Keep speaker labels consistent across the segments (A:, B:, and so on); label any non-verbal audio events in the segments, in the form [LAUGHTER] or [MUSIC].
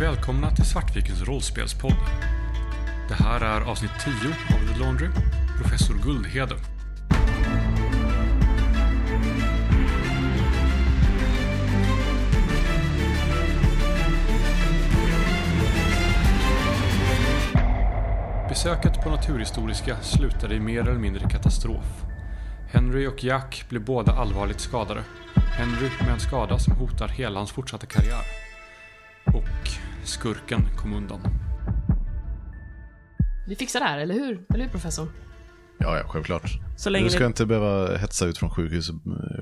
A: Välkomna till Svartvikens rollspelspodd. Det här är avsnitt 10 av The Laundry, Professor Guldhede. Besöket på Naturhistoriska slutade i mer eller mindre katastrof. Henry och Jack blev båda allvarligt skadade. Henry med en skada som hotar hela hans fortsatta karriär. Och skurken kom undan.
B: Vi fixar det här, eller hur? Eller hur professor?
C: Ja, ja, självklart.
D: Så länge
C: du ska
D: ni-
C: inte behöva hetsa ut från sjukhuset,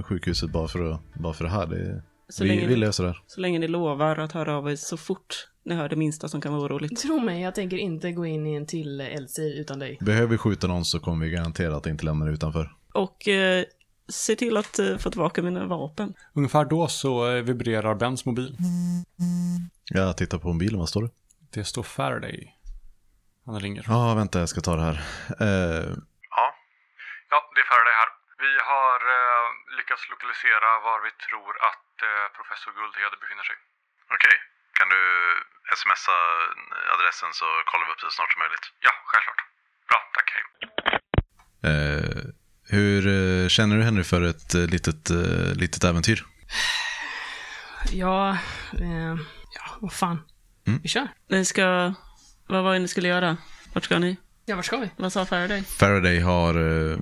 C: sjukhuset bara, för att, bara för det här. Det är,
D: Så
C: vi,
D: länge-
C: vi löser det här.
D: Så länge ni lovar att höra av er så fort ni hör det minsta som kan vara oroligt.
B: Tro mig, jag tänker inte gå in i en till eh, eldstrid utan dig.
C: Behöver vi skjuta någon så kommer vi garanterat inte lämna det utanför.
D: Och eh, se till att eh, få tillbaka mina vapen.
A: Ungefär då så eh, vibrerar Bens mobil.
C: Jag tittar på mobilen, vad står det?
A: Det står Faraday. Han ringer.
C: Ja, vänta, jag ska ta det här. Eh,
E: Ja. Ja, det är Faraday här. Vi har eh, lyckats lokalisera var vi tror att eh, professor Guldhede befinner sig.
F: Okej, kan du smsa adressen så kollar vi upp det så snart som möjligt.
E: Ja, självklart. Bra, tack. Hej.
C: eh, hur eh, känner du Henry för ett eh, litet, eh, litet äventyr?
B: Ja, eh, ja, vad fan. Vi kör.
D: Ni ska... Vad var det ni skulle göra? Vart ska ni?
B: Ja, vart ska vi?
D: Vad sa Faraday?
C: Faraday har, eh,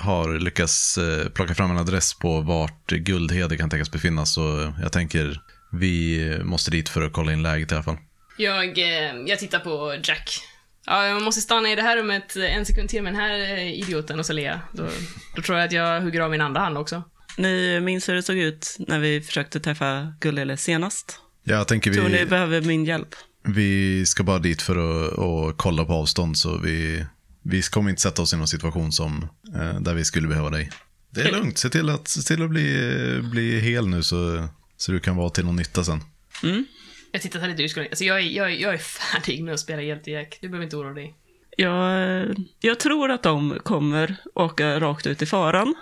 C: har lyckats eh, plocka fram en adress på vart Guldhede kan tänkas befinnas. Så jag tänker vi måste dit för att kolla in läget i alla fall.
B: Jag, eh, jag tittar på Jack. Ja, jag måste stanna i det här rummet en sekund till med den här eh, idioten och så ler jag. Då, då tror jag att jag hugger av min andra hand också.
D: Ni minns hur det såg ut när vi försökte träffa Gullele senast?
C: Jag tänker
D: Tror ni
C: vi,
D: behöver min hjälp?
C: vi ska bara dit för att och kolla på avstånd så vi, vi kommer inte sätta oss i någon situation som, eh, där vi skulle behöva dig. Det är lugnt, se till att, se till att bli, eh, bli hel nu så, så du kan vara till någon nytta sen.
D: Mm.
B: Jag tittar till lite ur skolan. Alltså, jag, är, jag, är, jag är [LAUGHS] färdig med att spela hjälte Jack. Du behöver inte oroa dig.
D: Jag, eh, jag tror att de kommer åka rakt ut i faran.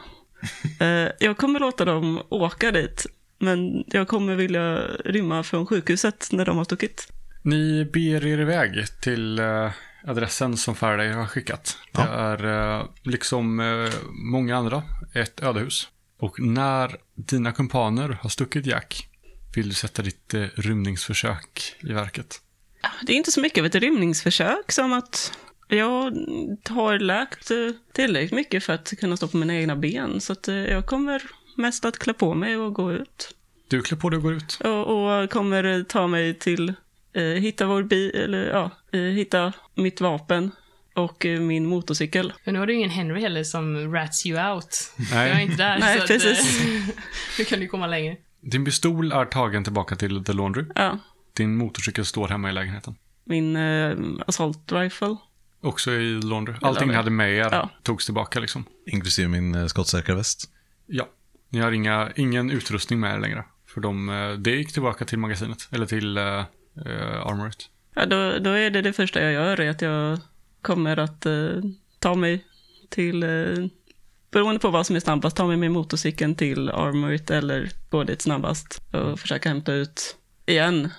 D: Eh, jag kommer låta dem åka dit, men jag kommer vilja rymma från sjukhuset när de har stuckit.
A: Ni ber er iväg till eh, adressen som Faraday har skickat. Det är eh, liksom eh, många andra ett ödehus. Och när dina kumpaner har stuckit Jack vill du sätta ditt eh, rymningsförsök i verket.
D: Det är inte så mycket av ett rymningsförsök som att jag har läkt eh, tillräckligt mycket för att kunna stå på mina egna ben. Så att eh, jag kommer mest att klä på mig och gå ut.
A: Du klär på dig och går ut.
D: Och, och kommer eh, ta mig till, eh, hitta vår bi, eller ja, eh, hitta mitt vapen och eh, min motorcykel.
B: Men nu har du ju ingen Henry heller som rats you out.
A: Nej.
B: Jag är inte [LAUGHS] där.
D: Nej,
B: så
D: precis.
B: Att, eh, [LAUGHS] nu kan du komma längre.
A: Din pistol är tagen tillbaka till The Laundry.
D: Ja,
A: Din motorcykel står hemma i lägenheten.
D: min eh, assault rifle.
A: Också i The Laundry. Allting ni hade med er
D: Ja.
A: togs tillbaka liksom.
C: Inklusive min eh, skottsäkra väst.
A: Ja. Ni har inga, ingen utrustning med er längre. För de, eh, det gick tillbaka till magasinet. Eller till uh, Armoret.
D: Ja, då, då är det det första jag gör, är att jag kommer att eh, ta mig till, eh, beroende på vad som är snabbast, ta mig med motorcykeln till Armoryt eller gå dit snabbast och försöka hämta ut, igen,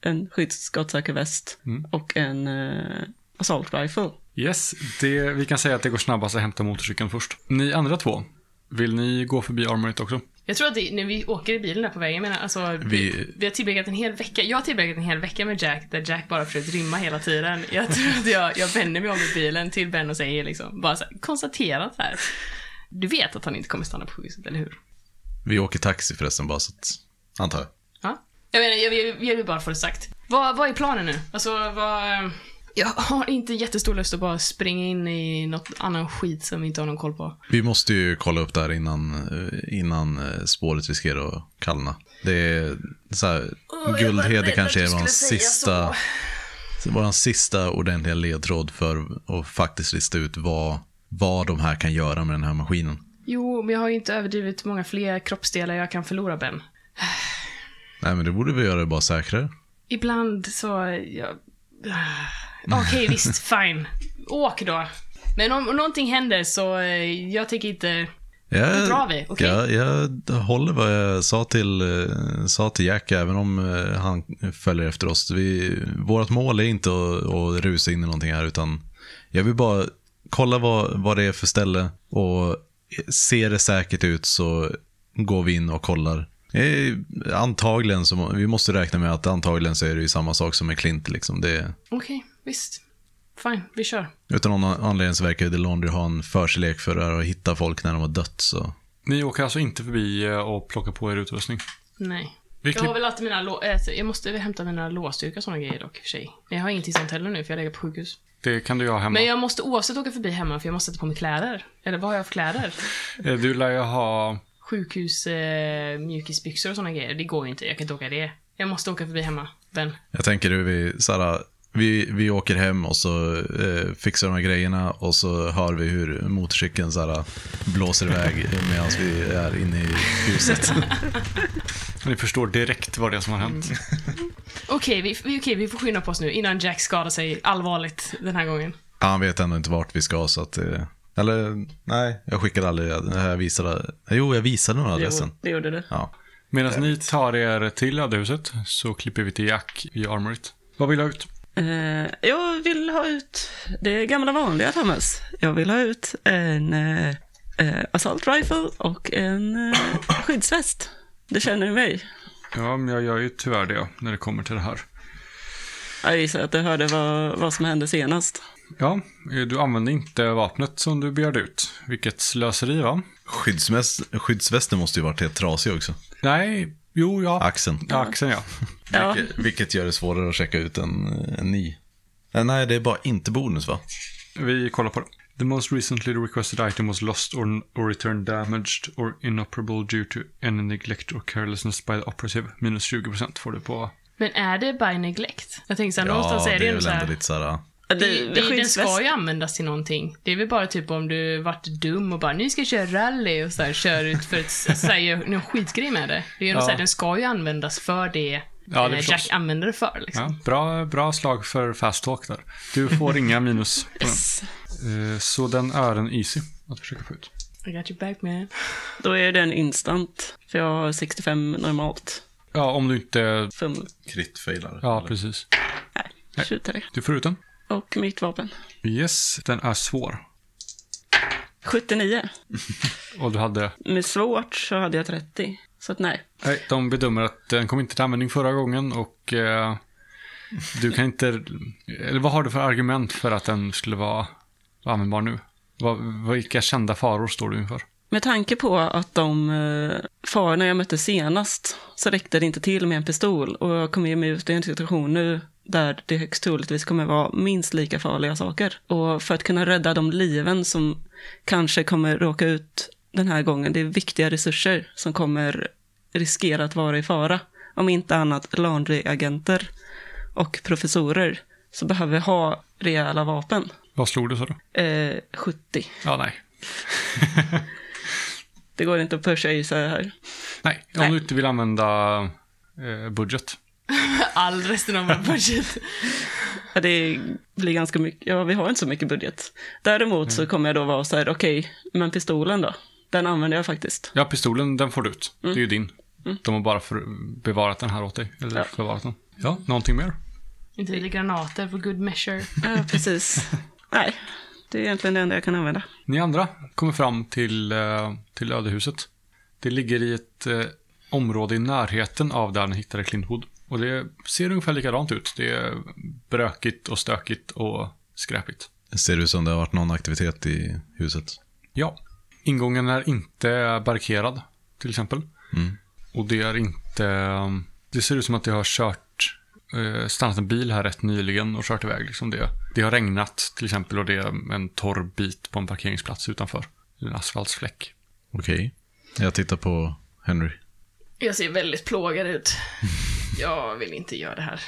D: en skyddsskottsäker väst och en eh, assault rifle.
A: Yes, det, vi kan säga att det går snabbast att hämta motorcykeln först. Ni andra två, vill ni gå förbi Armoret också?
B: Jag tror att det, när vi åker i bilen där på vägen, jag menar, alltså, vi,
C: Vi-
B: vi har tillbringat en hel vecka, jag har tillbringat en hel vecka med Jack, där Jack bara försökt rymma hela tiden. Jag tror att jag, jag vänder mig om i bilen till Ben och säger liksom, bara så här, konstaterat här. Du vet att han inte kommer stanna på sjukhuset, eller hur?
C: Vi åker taxi förresten bara så att, antar jag.
B: Ja? Jag menar, jag, jag, jag vill bara få det sagt. Vad, vad är planen nu? Alltså, vad... Jag har inte jättestor lust att bara springa in i något annan skit som vi inte har någon koll på.
C: Vi måste ju kolla upp det här innan, eh, innan eh, spåret riskerar att kallna. Det är så här, Guldhede kanske är vår sista, vår sista ordentliga ledtråd för att faktiskt lista ut vad, vad de här kan göra med den här maskinen.
B: Jo, men jag har ju inte överdrivet många fler kroppsdelar jag kan förlora, Ben.
C: Nej, men det borde vi göra det bara säkrare.
B: Ibland så... Ja, Okej, visst. Fine. Åk då. Men om, om någonting händer så... eh, Jag tänker inte... Då drar
C: Jag,
B: vi, okej?
C: jag, jag håller vad jag sa till, eh, sa till Jack, även om eh, han följer efter oss. Vi, vårt mål är inte att, att rusa in i någonting här, utan jag vill bara kolla vad, vad det är för ställe och ser det säkert ut så går vi in och kollar. Eh, Antagligen, så, må- vi måste räkna med att antagligen så är det ju samma sak som med Clint. Liksom. Det,
B: Okej, visst. Fine, vi kör.
C: utan någon anledning så verkar ju The Laundry ha en förkärlek för det här att hitta folk när de har dött. Så.
A: Ni åker alltså inte förbi eh, och plockar på er utrustning?
B: Nej.
A: Vi
B: Jag har
A: klipp...
B: väl alltid mina lå- äh, Jag måste väl hämta mina låsdukar och såna grejer dock, i och för sig. Jag har ingenting sånt heller nu, för jag lägger på sjukhus.
A: Det kan du göra hemma.
B: Men jag måste oavsett åka förbi hemma, för jag måste sätta på mig kläder. Eller vad har jag för kläder?
A: Eh, Du lär ju ha...
B: Sjukhus, eh, mjukisbyxor och såna grejer. Det går ju inte, jag kan inte åka det. Jag måste åka förbi hemma, Ben.
C: Jag tänker hur vi, Sara, vi, vi åker hem och så eh, fixar de här grejerna och så hör vi hur motorcykeln Sara, blåser iväg medan vi är inne i huset.
A: Ni förstår direkt vad det är som har hänt.
B: Okej, vi, vi, okej, vi får skynda på oss nu innan Jack skadar sig allvarligt den här gången.
C: Han vet ändå inte vart vi ska så att eh, eller nej, jag skickade aldrig, jag visade, jo jag visade nog adressen.
D: Jo, det gjorde du.
C: Ja.
A: Medan ni tar er till ödehuset så klipper vi till Jack i armoryt. Vad vill du ha ut?
D: Eh, jag vill ha ut det gamla vanliga, Thomas. Jag vill ha ut en eh, eh, assault rifle och en eh, skyddsväst. Det känner du mig.
A: Ja, men jag gör ju tyvärr det när det kommer till det här.
D: Jag gissar att du hörde vad, vad som hände senast.
A: Ja, eh, du använder inte vapnet som du begärde ut. Vilket slöseri va?
C: Skyddsmäst, skyddsvästen måste ju varit helt trasig också.
A: Nej, jo ja.
C: Axeln.
A: Ja, axeln ja.
D: Ja,
C: Vilket, vilket gör det svårare att checka ut en, en ny. Eh, Nej, det är bara inte bonus va?
A: Vi kollar på det. The most recently requested item was lost or, or returned damaged or inoperable due to any neglect or carelessness by the operative. Minus 20% får du på.
B: Men är det by neglect? Jag tänker såhär, någonstans är det, ändå
C: väl ändå
B: såhär.
C: lite så här.
D: det,
B: Det, det, den
D: skyddsväst-
B: ska ju användas till någonting. Det är väl bara typ om du varit dum och bara nu ska jag köra rally och så här, kör ut för att så här, gör någon skitgrej med det. Det är ju
A: Ja.
B: så här, den ska ju användas för det,
A: Ja, det
B: eh,
A: förstås.
B: Jack använder det för. Liksom.
A: Ja, bra, bra slag för fast talk där. Du får inga minus. på den. Eh, Så den är en easy att försöka få ut.
B: I got you back man. [LAUGHS]
D: Då är den instant. För jag har 65 normalt.
A: Ja, om du inte...
D: Fum,
C: Kritfailar.
A: Ja, precis.
D: nej, 23.
A: Du får ut den.
D: Och mitt vapen.
A: Yes, den är svår.
D: 79.
A: Och du hade...
D: Med svårt så hade jag 30. Så att nej.
A: Nej, de bedömer att den kom inte till användning förra gången och eh, du kan inte... Eller vad har du för argument för att den skulle vara användbar nu? Vad, vilka kända faror står du inför?
D: Med tanke på att de eh, farorna jag mötte senast så räckte det inte till med en pistol och jag kommer ge mig ut i en situation nu där det högst troligtvis kommer vara minst lika farliga saker. Och för att kunna rädda de liven som kanske kommer råka ut den här gången, det är viktiga resurser som kommer riskera att vara i fara. Om inte annat laundryagenter och professorer så behöver vi ha rejäla vapen.
A: Vad slog du, sa du?
D: Eh, 70.
A: Ja, nej.
D: Det går inte att pusha i så här.
A: Nej, om
D: Nej.
A: du inte vill använda eh, budget.
B: All resten av vår budget. [LAUGHS]
D: Ja, det blir ganska mycket. Ja, vi har inte så mycket budget. Däremot så kommer jag då vara så här, okej, men pistolen då? Den använder jag faktiskt.
A: Ja, pistolen, den får du ut. Det är ju din. De har bara för, bevarat den här åt dig. Eller
D: Ja.
A: förvarat den. Ja, någonting mer?
B: inte lite granater for good measure.
D: Ja, precis. [LAUGHS] Nej, det är egentligen det enda jag kan använda.
A: Ni andra kommer fram till, eh, till ödehuset. Det ligger i ett eh, område i närheten av där ni hittade Clintwood. Och det ser ungefär likadant ut. Det är brökigt och stökigt och skräpigt.
C: Ser ut som det har varit någon aktivitet i huset.
A: Ja. Ingången är inte barrikaderad, till exempel. Och det är inte... Det ser ut som att det har kört... Eh, stannat en bil här rätt nyligen och kört iväg. Liksom det. det har regnat, till exempel, och det är en torr bit på en parkeringsplats utanför. En asfaltsfläck.
C: Okej. Jag tittar på Henry.
B: Jag ser väldigt plågad ut. Jag vill inte göra det här.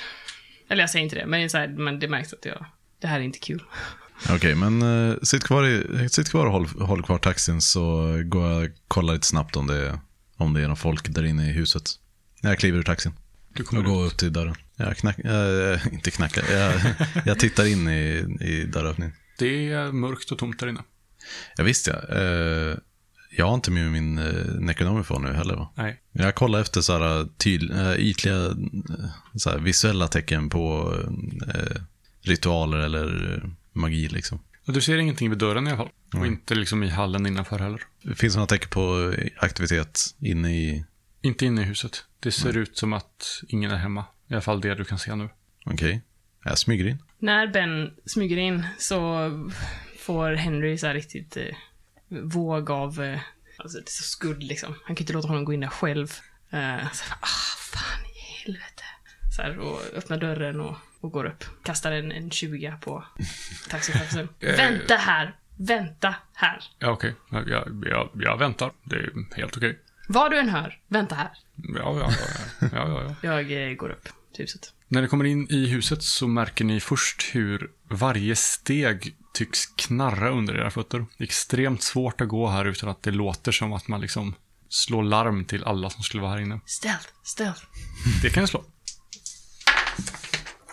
B: Eller jag säger inte det, men det, är så här, men det märks att jag... Det här är inte kul.
C: Okej, men eh, sitt, kvar i, sitt kvar och håll, håll kvar taxin så går jag och kollar lite snabbt om det, om det är någon folk där inne i huset. Jag kliver ur taxin.
A: Du
C: Jag
A: kommer
C: går
A: ut.
C: upp till dörren. Jag knack, eh, [LAUGHS] inte knackar, jag, jag tittar in i, i dörröppningen.
A: Det är mörkt och tomt där inne.
C: Ja, visst ja. Eh, Jag har inte med min eh, Necronomifon nu heller va?
A: Nej.
C: Jag kollar efter så här, tyd, eh, ytliga eh, så här, visuella tecken på eh, ritualer eller eh, magi liksom.
A: Ja, Du ser ingenting vid dörren i alla fall. Och
C: Mm.
A: inte liksom i hallen innanför heller.
C: Finns det några tecken på eh, aktivitet inne i...
A: Inte inne i huset. Det ser ut som att ingen är hemma. I alla fall det du kan se nu.
C: Okej. Jag smyger in.
B: När Ben smyger in så får Henry så här riktigt eh, våg av, eh, alltså det är så skuld liksom. Han kan inte låta honom gå in där själv. Eh, så här, ah, fan i helvete. Så här, och öppnar dörren och, och går upp. Kastar en, en 20 på taxichauffören. vänta här! Vänta här!
A: Ja, okej. Jag, jag, jag, jag väntar. Det är helt okej.
B: Vad du än hör, vänta här.
A: Ja, ja, ja, ja. ja, ja, ja.
B: Jag eh, går upp till huset.
A: När ni kommer in i huset så märker ni först hur varje steg tycks knarra under era fötter. Det är extremt svårt att gå här utan att det låter som att man liksom slår larm till alla som skulle vara här inne.
B: Stealth, stealth.
A: Det kan jag slå.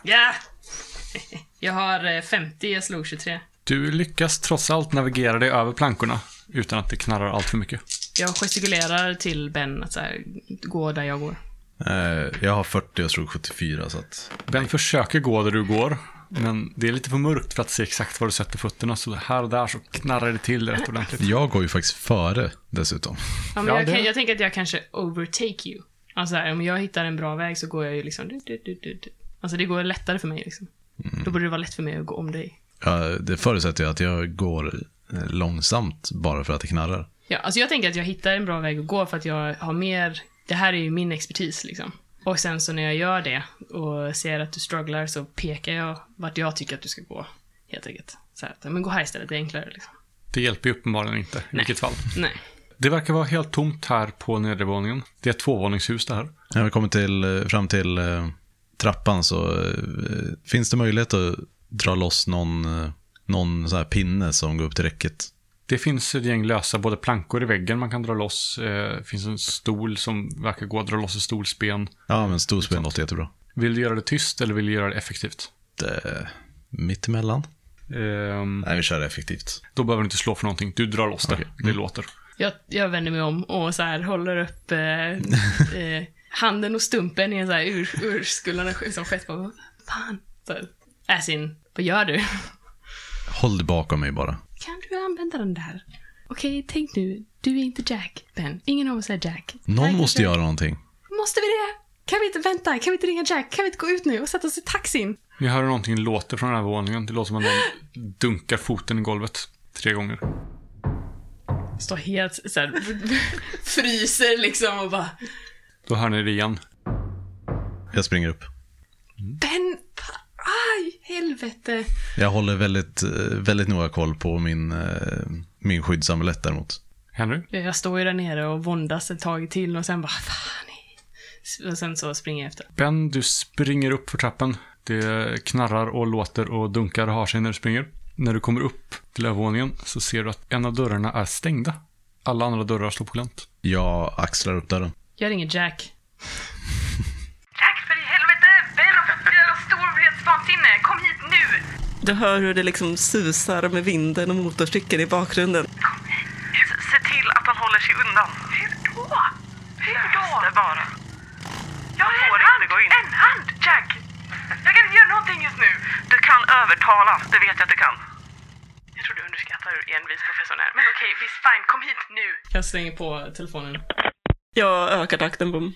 B: Ja! [LAUGHS] Jag har eh, 50, jag slog 23.
A: Du lyckas trots allt navigera dig över plankorna utan att det knarrar allt för mycket.
B: Jag gestikulerar till Ben att så här, gå där jag går.
C: Eh, jag har 40 och tror 74 så att...
A: Ben försöker gå där du går, men det är lite för mörkt för att se exakt var du sätter fötterna. Så här och där så knarrar det till rätt ordentligt.
C: Jag går ju faktiskt före dessutom.
B: Ja, men
A: Ja,
B: jag,
A: det-
B: kan, jag tänker att jag kanske overtake you. Alltså här, om jag hittar en bra väg så går jag ju liksom... Du, du, du, du. du. Alltså det går lättare för mig liksom.
A: Mm.
B: Då borde det vara lätt för mig att gå om dig.
C: Ja, det förutsätter jag att jag går eh, långsamt bara för att det knarrar.
B: Ja, alltså jag tänker att jag hittar en bra väg att gå för att jag har mer... Det här är ju min expertis liksom. Och sen så när jag gör det och ser att du strugglar så pekar jag vart jag tycker att du ska gå. Helt enkelt. Så här, att, men gå här istället, det är enklare liksom.
A: Det hjälper ju uppenbarligen inte i vilket fall.
B: Nej.
A: Det verkar vara helt tomt här på nedervåningen. Det är ett tvåvåningshus det här.
C: När vi kommer till, eh, fram till eh, trappan så eh, finns det möjlighet att dra loss någon, eh, någon så här pinne som går upp till räcket.
A: Det finns ett gäng lösa både plankor i väggen man kan dra loss. Eh, Det finns en stol som verkar gå att dra loss i stolsben.
C: Ja, men storspen låter jättebra.
A: Vill du göra det tyst eller vill du göra det effektivt?
C: Det, mittemellan?
A: Ehm,
C: Nej, vi kör effektivt.
A: Då behöver du inte slå för någonting. Du drar loss det. Det låter.
B: Jag, jag vänder mig om och så här håller upp eh, eh, handen och stumpen i en så här ur, urskullande sk- som skett på. Vad Fan. Så här, As in, vad gör du?
C: Håll dig bakom mig bara.
B: Kan du använda den där? Okej, tänk nu. Du är inte Jack, Ben. Ingen av oss är Jack.
C: Någon
B: Nej,
C: måste
B: kanske-
C: göra någonting.
B: Måste vi det? Kan vi inte vänta? Kan vi inte ringa Jack? Kan vi inte gå ut nu och sätta oss i taxin?
A: Ni hör hur någonting låter från den här våningen. Det låter som att någon dunkar foten i golvet. Tre gånger.
B: Står helt så här, [LAUGHS] fryser liksom och bara
A: Då hör ni det igen.
C: Jag springer upp.
B: Ben, pa- aj, helvete.
C: Jag håller väldigt, eh, väldigt noga koll på min, eh, min skyddsamulett däremot.
A: Henry?
B: Ja, Jag står ju där nere och våndas ett tag till och sen bara fan. i-" Och sen så springer jag efter.
A: Ben, du springer upp för trappen. Det knarrar och låter och dunkar och har sig när du springer. När du kommer upp till övervåningen så ser du att en av dörrarna är stängda. Alla andra dörrar slår på glänt.
C: Jag axlar upp dörren.
B: Jag ringer Jack.
G: Tack för i helvete! Ben har fått jävla storhetsvansinne! Kom hit nu!
D: Du hör hur det liksom susar med vinden och motorcykeln i bakgrunden.
G: Se till att han håller sig undan. Hur då? Hur då? Lös det bara. Jag har en hand! En hand, Jack! Jag kan inte göra någonting just nu. Du kan övertala, det vet jag att du kan. Jag tror du underskattar hur envis professorn är. Men okej, visst fine, kom hit nu!
B: Jag slänger på telefonen.
D: Jag ökar takten, boom.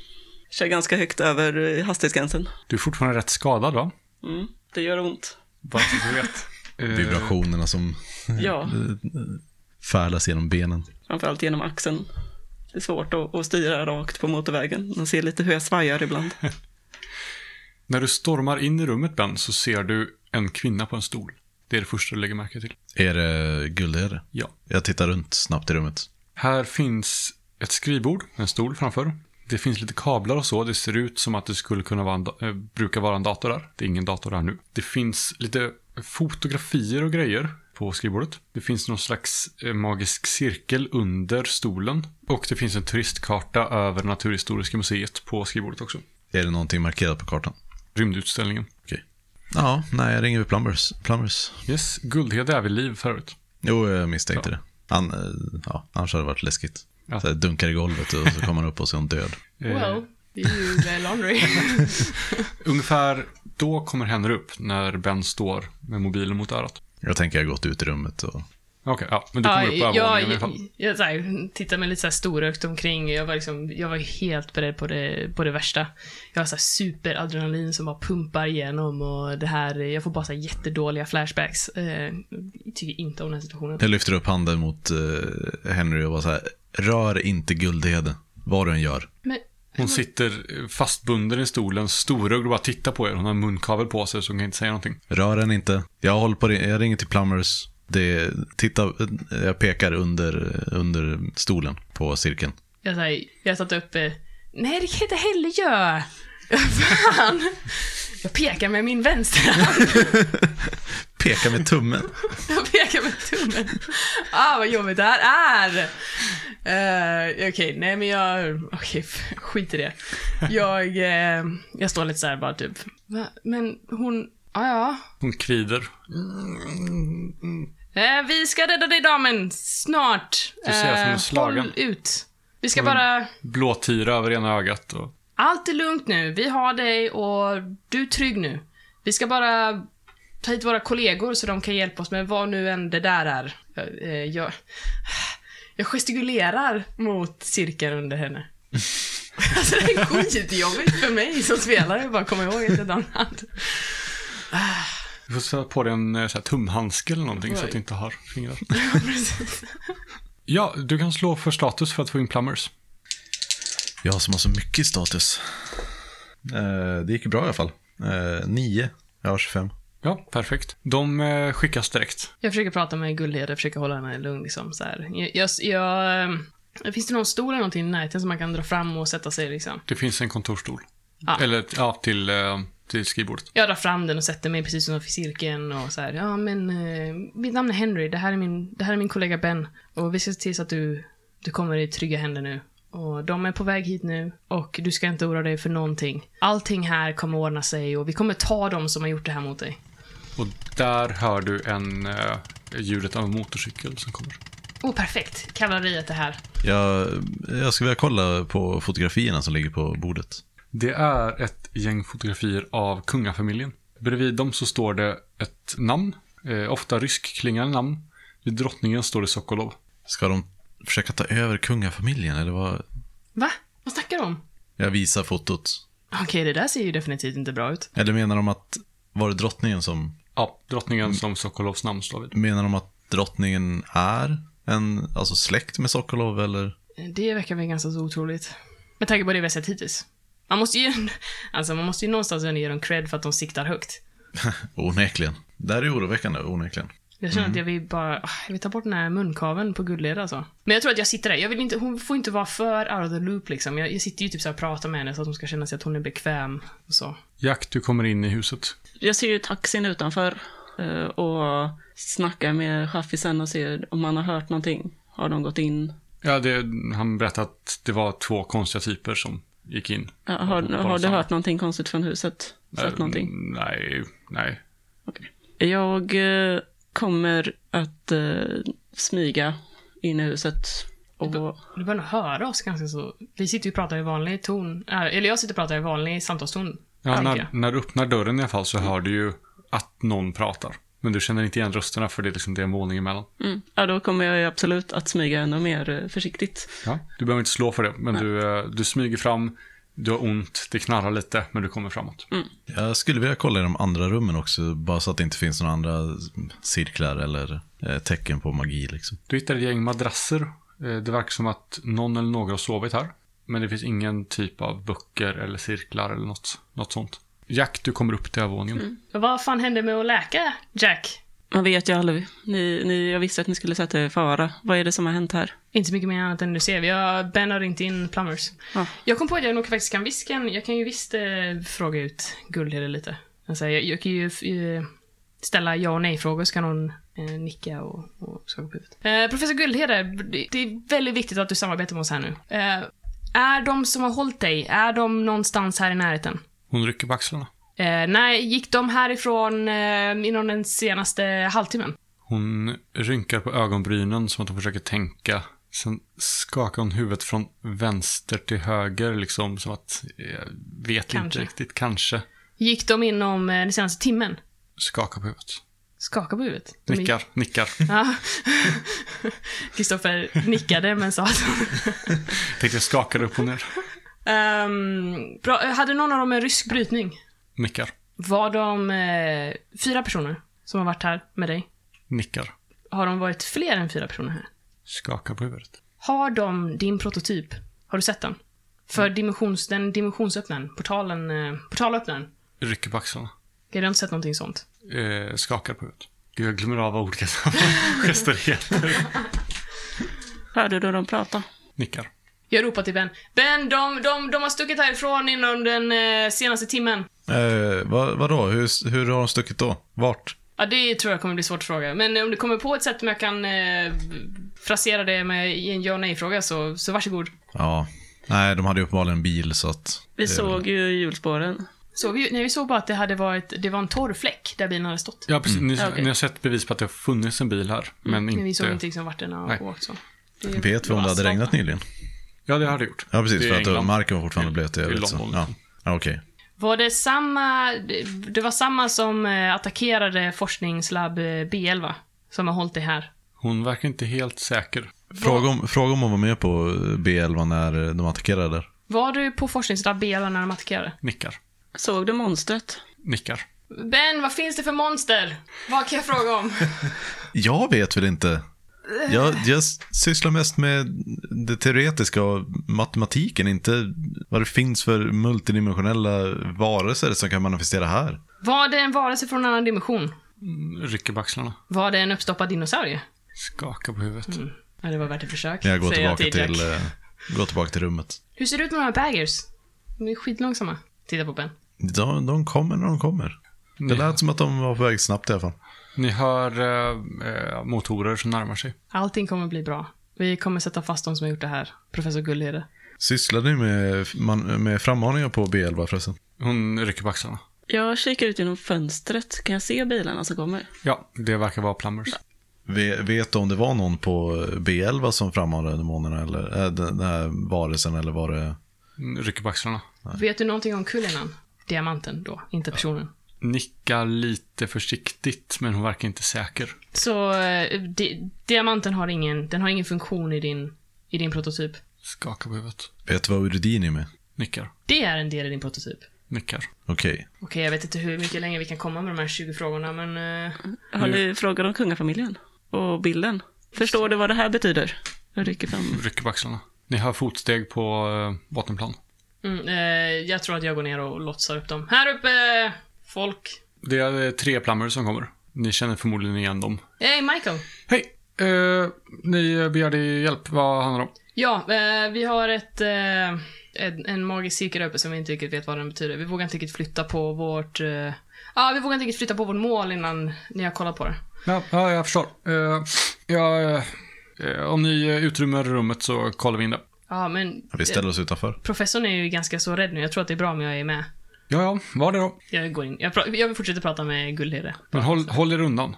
D: Kör ganska högt över eh, hastighetsgränsen.
A: Du är fortfarande rätt skadad va?
D: Mm, det gör ont.
A: Bara så att du vet. Eh,
C: Vibrationerna som
D: Ja,
C: färdas genom benen.
D: framförallt genom axeln. Det är svårt att, att styra rakt på motorvägen. Man ser lite hur jag svajar ibland.
A: När du stormar in i rummet Ben så ser du en kvinna på en stol. Det är det första du lägger märke till.
C: Är det guldare?
A: Ja.
C: Jag tittar runt snabbt i rummet.
A: Här finns ett skrivbord, en stol framför. Det finns lite kablar och så. Det ser ut som att det skulle kunna vara en, da- eh, brukar vara en dator där. Det är ingen dator där nu. Det finns lite fotografier och grejer på skrivbordet. Det finns någon slags eh, magisk cirkel under stolen. Och det finns en turistkarta över Naturhistoriska museet på skrivbordet också.
C: Är det någonting markerat på kartan?
A: Rymdutställningen.
C: Ja, nej, jag ringer vid Plumbers. Plumbers.
A: Yes, Guldhed är vid liv förut.
C: Jo, jag misstänkte det. An, eh, ja, annars hade det varit läskigt.
A: Ja.
C: Så här, dunkar i golvet och så kommer han upp och så är hon död.
A: Eh,
B: Well, det är ju eh, laundry. [LAUGHS]
A: Ungefär då kommer Henry upp när Ben står med mobilen mot örat.
C: Jag tänker jag har gått ut i rummet och
A: Okej, ja, men du
B: Ja,
A: kommer upp på
B: jag,
A: övervåningen
B: jag,
A: i alla fall.
B: jag, så här, tittade mig lite så här storögt omkring. Jag var, liksom, jag var helt beredd på det, på det värsta. Jag har så här superadrenalin som bara pumpar igenom och det här, jag får bara så här jättedåliga flashbacks. Eh, jag tycker inte om den här situationen.
C: jag lyfter upp handen mot eh, Henry och bara så här, rör inte Guldheden, vad du än gör.
B: Men,
A: Hon sitter eh, fastbunden i stolen, storögd och bara tittar på er. Hon har en munkavel på sig så hon kan inte säga någonting.
C: Rör den inte. Jag håller på det. Jag ringer till Plumbers. Det, titta, eh, jag pekar under, under stolen på cirkeln.
B: jag, så här, jag satte upp, eh, nej det kan jag inte heller göra. [LAUGHS] Fan! Jag pekar med min vänstra hand.
C: Pekar med tummen.
B: [LAUGHS] Jag pekar med tummen. Ah, vad jobbigt det här är! Eh, Okej, nej men jag... Okej, [LAUGHS] f- skit i det. Jag, eh, jag står lite så här bara typ... Va? Men hon... Ah, ja,
A: Hon kvider.
B: ja. Eh, vi ska rädda dig damen, snart.
A: Du ser att hon är
B: Eh,
A: slagen.
B: Håll ut. Vi ska
A: Hon-
B: bara...
A: Blåtira över ena ögat. Och...
B: Allt är lugnt nu. Vi har dig och du är trygg nu. Vi ska bara ta hit våra kollegor så de kan hjälpa oss med vad nu än det där är. Jag, eh, jag, jag gestikulerar mot cirkeln under henne. [LAUGHS] alltså det är skitjobbigt för mig som spelare att bara komma ihåg att jag dammar hand.
A: Du får sätta på dig en eh, så här, tumhandske eller någonting så att du inte har fingrar.
B: Precis.
A: Ja, du kan slå för status för att få in plumbers.
C: Jag som har så mycket status. Eh, det gick ju bra i alla fall. Eh, nio. Jag har 25.
A: Ja, perfekt. De eh, skickas direkt.
B: Jag försöker prata med Guldhed, jag försöker hålla henne lugn liksom så här. Jag, jag, jag, eh, finns det någon stol eller någonting i närheten som man kan dra fram och sätta sig liksom?
A: Det finns en kontorsstol.
B: Ja.
A: Eller ja, till, eh, till skrivbordet.
B: Jag drar fram den och sätter mig precis utanför cirkeln och så här, ja men eh, mitt namn är Henry, det här är min, det här är min kollega Ben och vi ska se till så att du, du kommer i trygga händer nu. Och de är på väg hit nu och du ska inte oroa dig för någonting. Allting här kommer ordna sig och vi kommer ta dem som har gjort det här mot dig.
A: Och där hör du en, eh, ljudet av en motorcykel som kommer.
B: Oh, perfekt! Kavalleriet är här.
C: Jag, jag skulle vilja kolla på fotografierna som ligger på bordet.
A: Det är ett gäng fotografier av kungafamiljen. Bredvid dem så står det ett namn, eh, ofta ryskklingande namn. Vid drottningen står det Sokolov.
C: Ska de försöka ta över kungafamiljen eller vad?
B: Va? Vad snackar de om?
C: Jag visar fotot.
B: Okej, det där ser ju definitivt inte bra ut.
C: Eller menar de att, var det drottningen som,
A: Ja, drottningen som Sokolovs namn står vid.
C: menar de att drottningen är en, alltså släkt med Sokolov eller?
B: Det verkar väl ganska så otroligt. Med tanke på det vi har sett hittills. Man måste ju, [LAUGHS] alltså man måste ju någonstans ändå ge dem cred för att de siktar högt.
C: Onekligen. Det här är oroväckande, onekligen.
B: Jag känner
A: Mm.
B: att jag vill bara, ah, jag vill ta bort den här munkaveln på Guldled alltså. Men jag tror att jag sitter där, jag vill inte, hon får inte vara för out of the loop liksom. Jag, jag sitter ju typ så här och pratar med henne så att hon ska känna sig att hon är bekväm och så.
A: Jack, du kommer in i huset.
D: Jag ser ju taxin utanför eh, och snackar med chaffisen och ser om han har hört någonting. Har de gått in?
A: Ja, det, han berättade att det var två konstiga typer som gick in.
D: Ja, Har,
A: Bara
D: har du
A: samma.
D: hört någonting konstigt från huset? Sett någonting?
A: Eh, Nej, nej.
D: Jag eh, kommer att eh, smyga in i huset. Och,
B: Du börjar nog höra oss ganska så. Vi sitter ju och pratar i vanlig ton, äh, eller jag sitter och pratar i vanlig samtalston.
D: Ah,
A: Ja,
B: tänker
A: när,
B: jag.
A: när du öppnar dörren i alla fall så hör du ju att någon pratar. Men du känner inte igen rösterna för det är liksom det är en våning emellan.
D: mm, ja, då kommer jag ju absolut att smyga ännu mer eh, försiktigt.
A: Ja, du behöver inte slå för det, men du, eh, du smyger fram, du har ont, det knarrar lite, men du kommer framåt.
C: Jag skulle vilja kolla i de andra rummen också, bara så att det inte finns några andra cirklar eller eh, tecken på magi. Liksom.
A: Du hittar ett gäng madrasser. Eh, Det verkar som att någon eller några har sovit här. Men det finns ingen typ av böcker eller cirklar eller något, något sånt. Jack, du kommer upp till övervåningen.
B: Men Vad fan hände med att läka, Jack?
D: Man vet ju aldrig. Ni, ni, jag visste att ni skulle sätta er i fara. Vad är det som har hänt här?
B: Inte så mycket mer annat än du ser. Vi har, Ben har ringt in plumbers.
D: Ja.
B: Jag kom på att jag nog faktiskt kan visken. Jag kan ju visst eh, fråga ut Guldhede lite. Alltså, jag, jag kan ju f- eh, ställa ja och nej-frågor så kan hon eh, nicka och, och skaka på huvudet. Eh, Professor Guldhede, det- det är väldigt viktigt att du samarbetar med oss här nu. Eh, är de som har hållit dig, är de någonstans här i närheten?
A: Hon rycker på axlarna.
B: Eh, nej, gick de härifrån eh, inom den senaste halvtimmen?
A: Hon rynkar på ögonbrynen som att hon försöker tänka. Sen skakar hon huvudet från vänster till höger, liksom som att... Jag vet
B: Kanske.
A: inte riktigt, kanske.
B: Gick de inom eh, den senaste timmen?
A: Skakar på huvudet.
B: Skaka på huvudet. De gick-
A: Nickar, nickar.
B: Ja. [LAUGHS] Kristoffer nickade men sa att...
A: Tänkte jag skakar upp och ner.
B: Ehm, bra. Hade någon av dem en rysk brytning?
A: Nickar,
B: Var de eh, fyra personer som har varit här med dig?
A: nickar.
B: Har de varit fler än fyra personer här?
A: Skakar på huvudet.
B: Har de din prototyp? Har du sett den? För dimensions, den dimensionsöppnaren, portalen, eh, portalöppnaren.
A: Rycker på axlarna.
B: Jag har inte sett någonting sånt.
A: Eh, skakar på huvudet. Gud, jag glömmer av vad olika [LAUGHS] gester heter.
D: Hörde du dem prata?
A: Nickar.
B: Jag ropar till Ben. Ben, de, de, de har stuckit härifrån inom den eh, senaste timmen.
C: Eh, vad, vadå? Hur, hur har de stuckit då? Vart?
B: Ja, det tror jag kommer bli svårt att fråga. Men om du kommer på ett sätt som jag kan eh, frasera det med i en ja och nej-fråga så, så varsågod.
C: Ja. Nej, de hade ju uppenbarligen en bil så att...
A: Eh.
D: Vi såg ju hjulspåren.
B: Så vi, nej, vi såg bara att det, hade varit, det var en torr fläck där bilen hade stått.
A: Ja, precis. Ni,
B: Mm. Ja, okej.
A: ni har sett bevis på att det har funnits en bil här, men
B: Men vi
A: Mm, inte...
B: såg ingenting som vart den har
A: Nej.
B: åkt så.
C: Vet vi om det hade
B: asfalt.
C: regnat nyligen?
A: Ja, det har det gjort.
C: Ja, precis.
A: Det är
C: för att eh,
A: England.
C: marken var fortfarande blöt. i
A: Det är
C: övrigt, så.
A: London,
C: Ja,
A: liksom.
C: ja okej.
B: Var det samma, det- det var samma som eh, attackerade forskningslabb eh, B11? Som har hållit det här?
A: Hon verkar inte helt säker.
C: Fråga om, fråga om hon var med på B11 när de attackerade där.
B: Var du på forskningslabb B11 när de attackerade?
A: Nickar.
D: Såg du monstret?
A: Nickar.
B: Ben, vad finns det för monster? Vad kan jag fråga
A: [LAUGHS]
B: om?
C: Jag vet väl inte. Jag, jag sysslar mest med det teoretiska och matematiken, inte vad det finns för multidimensionella varelser som kan manifestera här.
B: Var det en varelse från en annan dimension?
A: Rycker på axlarna.
B: Var det en uppstoppad dinosaurie?
A: Skakar på huvudet.
B: Ja, det var värt ett försök.
C: Jag går
B: säger
C: tillbaka,
B: Jack.
C: till, eh, går tillbaka till rummet.
B: Hur ser det ut med de här baggers? De är skitlångsamma. Titta på Ben.
C: De, de kommer när de kommer. Det
A: Ni,
C: lät som att de var på väg snabbt i alla fall.
A: ni hör eh, eh, motorer som närmar sig.
B: Allting kommer bli bra. Vi kommer sätta fast de som har gjort det här. Professor Gullhede.
C: Sysslar ni med, man, med frammaningar på B11 förresten?
A: Hon rycker på axlarna.
D: Jag kikar ut genom fönstret. Kan jag se bilarna som kommer?
A: Ja, det verkar vara plumbers.
C: Ve- Vet du om det var någon på B11 som frammanade demonerna eller äh, den den här varelsen eller var det?
A: Mm, Rycker på axlarna.
B: Vet du någonting om Kullinan? Diamanten då, inte personen.
A: Nickar lite försiktigt, men hon verkar inte säker.
B: Så eh, di diamanten har ingen, den har ingen funktion i din, i din prototyp.
A: Skakar på huvudet.
C: Vet du vad Uridin är med?
A: Nickar.
B: Det är en del i din prototyp.
A: Nickar.
C: Okej.
B: Okej, jag vet inte hur mycket längre vi kan komma med de här 20 frågorna, men... eh,
D: Har ni frågat om kungafamiljen? Och bilden? Förstår du vad det här betyder? Jag rycker fram.
A: Rycker på axlarna. Ni hör fotsteg på eh, bottenplan.
B: mm, eh, jag tror att jag går ner och lotsar upp dem. Här uppe! Folk.
A: Det är eh, tre plumbers som kommer. Ni känner förmodligen igen dem.
B: Hej, Michael!
A: Hej! Eh, ni eh, begärde hjälp. Vad handlar det om?
B: Ja, eh, vi har ett, eh, en, en magisk cirkel där uppe som vi inte riktigt vet vad den betyder. Vi vågar inte riktigt flytta på vårt... eh, Ja, vi vågar inte riktigt flytta på vårt mål innan ni har kollat på det.
A: Ja, ja jag förstår. Eh, ja, eh, om ni eh, utrymmer rummet så kollar vi in det.
B: Ja, men... eh,
C: Vi ställer oss utanför.
B: Professorn är ju ganska så rädd nu. Jag tror att det är bra om jag är med.
A: Ja, ja, var det då.
B: Jag går in. Jag, pra- jag vill fortsätta prata med Guldhede. [LAUGHS]
A: Men håll, håll er undan.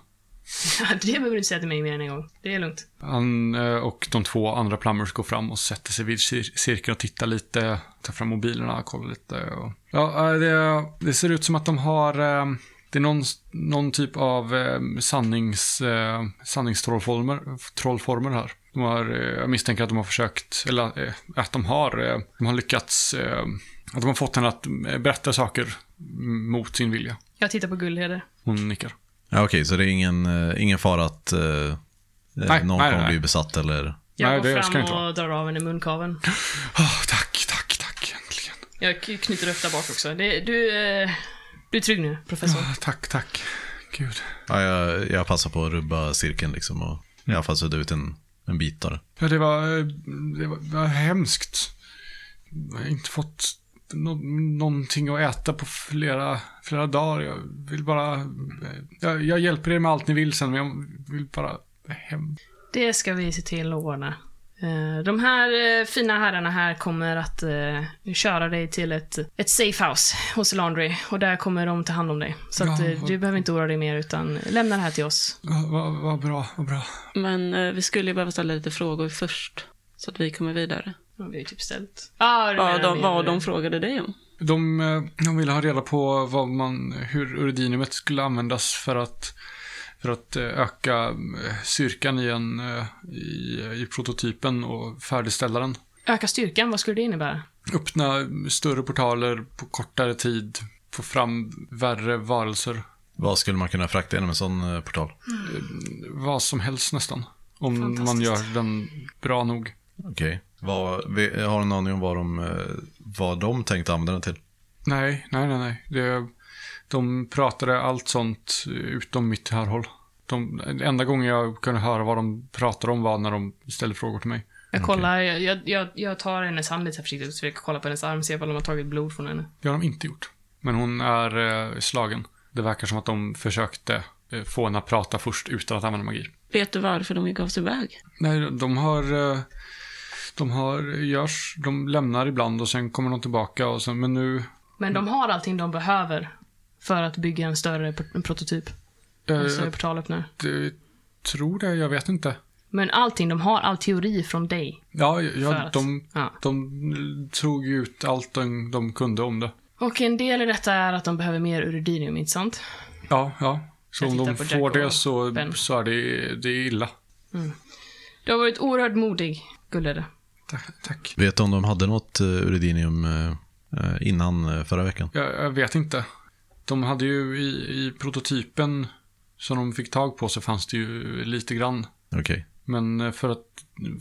B: Ja, det behöver du inte säga till mig mer än en gång. Det är lugnt.
A: Han eh, och de två andra plumbers går fram och sätter sig vid cir- cirkeln och tittar lite. Tar fram mobilerna, kollar lite. Och... Ja, eh, det, det ser ut som att de har... Eh, det är någon, någon typ av eh, sannings, eh, sanningstrollformer trollformer här. De har, eh, jag misstänker att de har försökt, eller eh, att de har, eh, de har lyckats, eh, att de har fått henne att eh, berätta saker mot sin vilja.
B: Jag tittar på Guldhede.
A: Hon nickar.
C: Ja, Okej, så det är ingen, eh, ingen fara att eh, eh, någon
A: nej,
C: kommer
A: nej.
C: bli besatt eller?
B: Jag
A: Nej,
B: går
A: det ska
B: fram
A: inte vara.
B: och drar av henne munkaveln.
A: Ah, tack, tack, tack, äntligen.
B: Jag k- knyter upp där bak också. Det, du, eh, du är trygg nu, professor.
A: Ah, tack, tack. Gud.
C: Ja, jag, jag passar på att rubba cirkeln liksom och i alla fall sudda ut en, en bit av det.
A: Ja, det var, eh, det var, det var hemskt. Jag har inte fått nå någonting att äta på flera, flera dagar. Jag vill bara... eh, Jag, jag hjälper er med allt ni vill sen, men jag vill bara hem.
B: Det ska vi se till att ordna. Eh, De här eh, fina herrarna här kommer att eh, köra dig till ett, ett safe house hos Laundry och där kommer de ta hand om dig. Så att,
A: Ja,
B: eh, du
A: vad-
B: behöver inte oroa dig mer utan lämna det här till oss.
A: Vad vad- vad bra, vad bra.
D: Men eh, vi skulle ju behöva ställa lite frågor först. Så att vi kommer vidare.
B: Ja, vi har ju typ ställt. Ah, du
D: Vad
B: menar
D: de,
B: mer-
D: vad de frågade dig om.
A: De, eh, de ville ha reda på vad man, hur uridinumet skulle användas för att, för att eh, öka eh, styrkan i, en, eh, i, i prototypen och färdigställa den.
B: Öka styrkan, vad skulle det innebära?
A: Öppna större portaler på kortare tid. Få fram värre varelser.
C: Vad skulle man kunna frakta genom en sån eh, portal?
A: Vad som helst nästan. Om man
B: Fantastiskt.
A: gör den bra nog.
C: Okej. Vad- vi- Har du en aning om vad de, eh, vad de tänkte använda den till?
A: Nej, nej, nej. nej. Det, de pratade allt sånt eh, utom mitt hörhåll. De, enda gången jag kunde höra vad de pratade om var när de ställde frågor till mig.
B: Jag kollar, jag- jag, jag, jag tar hennes hand lite försiktigt och försöker kolla på hennes arm, se om de har tagit blod från henne.
A: Det har de inte gjort. Men hon är eh, slagen. Det verkar som att de försökte eh, få henne att prata först utan att använda magi.
D: Vet du varför de gav sig iväg?
A: Nej, de har... eh, De har, görs, de lämnar ibland och sen kommer de tillbaka och sen, men nu...
B: Men
D: Mm.
B: de har allting de behöver för att bygga en större pro- en prototyp.
A: Eh,
B: En större portalöppnare.
A: jag tror det, jag vet inte.
B: Men allting de har, all teori från dig.
A: Ja,
B: För
A: ja
B: att-
A: de,
B: ja.
A: de tog ju ut allt de, de kunde om det.
B: Och en del i detta är att de behöver mer uridinium, inte sant?
A: Ja, ja. Så
B: Jag
A: om
B: tittar
A: de
B: på Jack
A: får det
B: och
A: så,
B: Ben.
A: så är det, det är illa.
B: Du har varit oerhört modig, Gullede.
A: Tack. tack.
C: Vet du om de hade något eh, uridinium eh, eh, innan eh, förra veckan?
A: Jag, jag vet inte. De hade ju i, i prototypen som de fick tag på så fanns det ju lite grann.
C: Okej.
A: Men eh, för att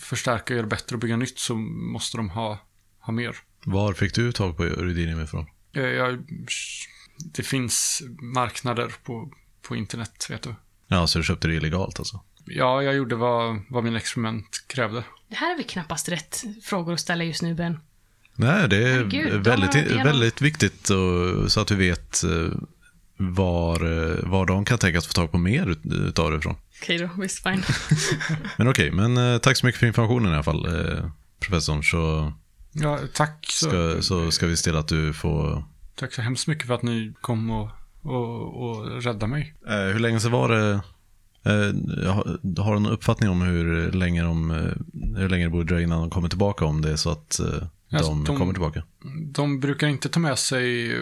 A: förstärka och göra bättre och bygga nytt så måste de ha, ha mer.
C: Var fick du tag på uridinium ifrån?
A: Eh, Jag, det finns marknader på, på internet, vet du.
C: Ja, så du köpte det illegalt alltså?
A: Ja, jag gjorde vad, vad mina experiment krävde.
B: Det här är väl knappast rätt frågor att ställa just nu, Ben?
C: Nej, det är
B: Herregud, de
C: väldigt,
B: har varit igenom-
C: väldigt viktigt och, så att vi vet eh, var, eh, var de kan tänkas få tag på mer ut- utav det ifrån.
B: Okej då, visst fine.
C: Men okej, men eh, tack så mycket för informationen i alla fall, eh, professorn. Så
A: Ja, tack, så,
C: ska, så ska vi se till att du får...
A: tack så hemskt mycket för att ni kom och, och, och räddade mig.
C: Eh, hur länge sedan var det? Eh, har, har du någon uppfattning om hur länge de, eh, hur länge det borde dröja innan de kommer tillbaka? Om det är så att eh, de,
A: Alltså, de-
C: kommer tillbaka?
A: De brukar inte ta med sig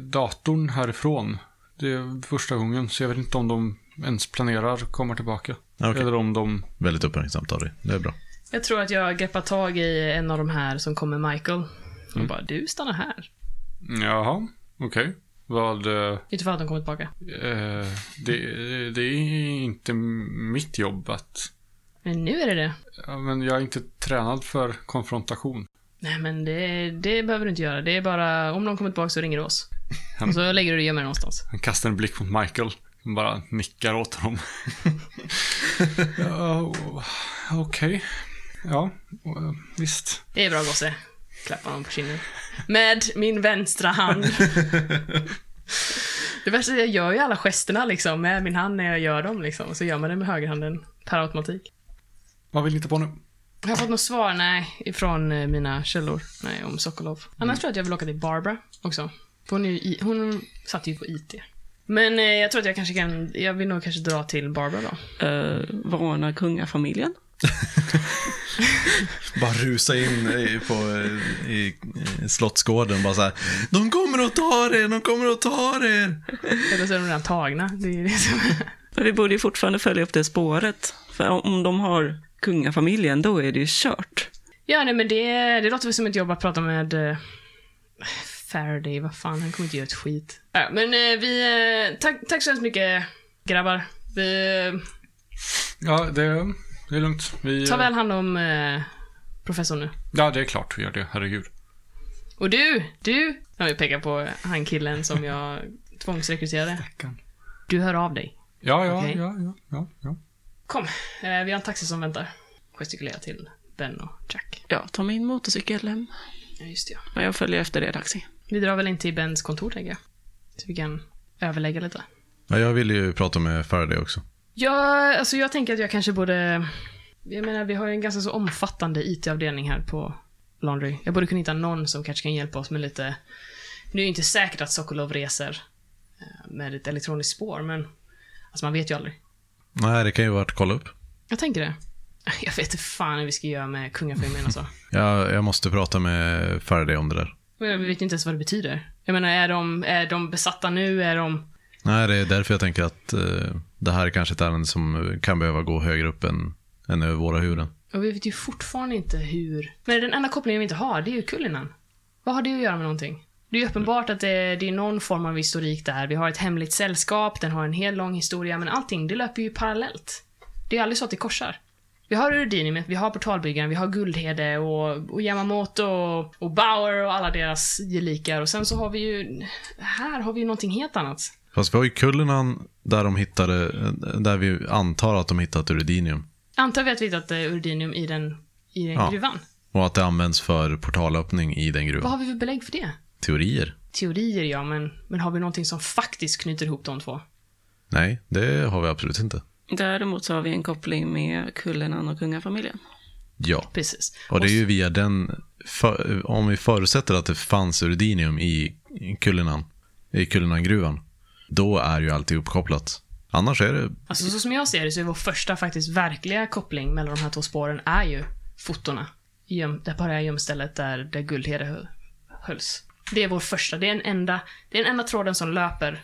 A: datorn härifrån. Det är första gången, så jag vet inte om de ens planerar att komma tillbaka.
C: Okej.
A: Eller om de...
C: Väldigt uppmärksamt av dig. Det är bra.
B: [LAUGHS] Jag tror att jag greppar tag i en av de här som kommer, Michael. Och bara, du stannar här.
A: Jaha, okej. Vad... eh,
B: Utifrån att de kommer tillbaka.
A: Eh, det, det är inte mitt jobb att...
B: Men nu är det det.
A: Ja, men jag är inte tränad för konfrontation.
B: Nej, men det, det behöver du inte göra. Det är bara, om de kommer tillbaka så ringer du oss. Och så lägger du dig och gömmer dig någonstans.
A: Han kastar en blick mot Michael. Han bara nickar åt honom. ja, Okej. Ja, eh, visst.
B: Det är bra gosse. Klappar honom på kinden. Med min vänstra hand. Det värsta är att jag gör ju alla gesterna liksom med min hand när jag gör dem liksom. Och så gör man det med högerhanden per automatik.
A: Vad vill ni ta på nu?
B: Har jag fått något svar? Nej, ifrån eh, mina källor. Nej, om Sokolov. Annars tror jag att jag vill åka till Barbara också. För Hon, är ju i, hon satt ju på IT. Men eh, jag tror att jag kanske kan, jag vill nog kanske dra till Barbara då.
D: Eh, varna kungafamiljen?
C: Bara rusa in i- på, eh, i i slottsgården. Bara så här, de kommer att ta er, de kommer att ta er.
B: Eller så är de redan tagna. Det är ju det som är.
D: Men vi borde ju fortfarande följa upp det spåret. För om de har kungafamiljen, då är det ju kört.
B: Ja, nej men det, det låter väl som ett jobb att prata med eh, Faraday, vad fan, han kommer inte göra ett skit. Ja, men eh, vi, eh, tack, tack så hemskt mycket grabbar. Vi eh,
A: Ja, det, det är lugnt. Vi,
B: tar väl hand om eh, professorn nu.
A: Ja, det är klart vi gör det. Herregud.
B: Och du, du! Ja, vi pekar på eh, han killen som jag [LAUGHS] tvångsrekryterade. Du hör av dig.
A: Ja, ja,
B: Okej.
A: ja, ja, ja, ja.
B: Kom, eh, vi har en taxi som väntar. Gestikulerar till Ben och Jack.
D: Ja, ta min motorcykel hem.
B: Ja, just det ja.
D: Men jag följer efter er taxi.
B: Vi drar väl in till Bens kontor, tänker jag. Så vi kan överlägga lite.
C: Ja, jag vill ju prata med Faraday också.
B: Ja, alltså jag tänker att jag kanske borde Jag menar, vi har ju en ganska så omfattande IT-avdelning här på Laundry. Jag borde kunna hitta någon som kanske kan hjälpa oss med lite... Nu är ju inte säkert att Sokolov reser eh, med ett elektroniskt spår, men... Alltså man vet ju aldrig.
C: Nej, det kan ju vara att kolla upp.
B: Jag tänker det. [LAUGHS] Jag vet inte fan hur vi ska göra med kungafamiljen alltså.
C: Jag, jag måste prata med Faraday om det där.
B: Men Jag vet inte ens vad det betyder. Jag menar, är de, är de besatta nu? Är de...
C: Nej, det är därför jag tänker att eh, det här är kanske är ett ärende som kan behöva gå högre upp än, än över våra huvuden.
B: Och vi vet ju fortfarande inte hur... Men den enda kopplingen vi inte har, det är ju Kullinan. Vad har det att göra med någonting? Det är ju uppenbart att eh, det, det är någon form av historik där. Vi har ett hemligt sällskap, den har en hel lång historia, men allting, det löper ju parallellt. Det är aldrig så att det korsar. Vi har Urudinimet, vi har Portalbyggaren, vi har Guldhede och, och Yamamoto och, och Bauer och alla deras gelikar. Och sen så har vi ju... Här har vi ju någonting helt annat.
C: Fast vi har ju Kullinan där de hittade, eh, där vi antar att de hittat uridinium.
B: Antar vi att vi hittat eh, Uridinium i den, i den
C: Ja.
B: gruvan?
C: Och att det används för portalöppning i den
B: Vad
C: gruvan.
B: har vi för belägg för det?
C: Teorier?
B: Teorier, ja, men, men har vi någonting som faktiskt knyter ihop de två?
C: Nej, det har vi absolut inte.
D: Däremot så har vi en koppling med Kullenan och kungafamiljen.
C: Ja.
B: Precis.
C: Och det är ju via den, för, om vi förutsätter att det fanns uridinium i Kullinan, i Kullinangruvan, då är ju alltid uppkopplat. Annars är det,
B: Alltså, så som jag ser det så är vår första faktiskt verkliga koppling mellan de här två spåren är ju fotona. Göm, det här gömstället där, där Guldhede hö- hölls. Det är vår första, det är, en enda, det är den enda tråden som löper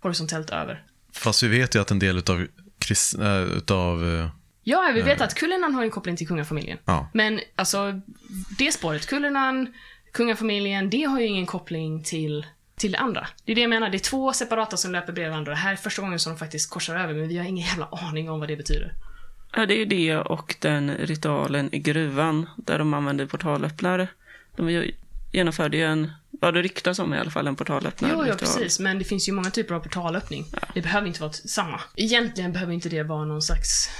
B: horisontellt över.
C: fast vi vet ju att en del utav, krist, äh, utav eh,
B: Ja, vi vet att Kullinan har en koppling till kungafamiljen.
C: ja,
B: Men alltså, det spåret, Kullinan, kungafamiljen, det har ju ingen koppling till, till det andra. Det är det jag menar, det är två separata som löper bredvid varandra. Det här är första gången som de faktiskt korsar över, men vi har ingen jävla aning om vad det betyder.
D: Ja, det är ju det och den ritualen i gruvan där de använder portalöppnare. De ju- genomförde ju en, vad det ryktas om i alla fall, en portalöppnare.
B: Jo, ja, precis, men det finns ju många typer av portalöppning. Det behöver inte vara t- samma. Egentligen behöver inte det vara någon slags...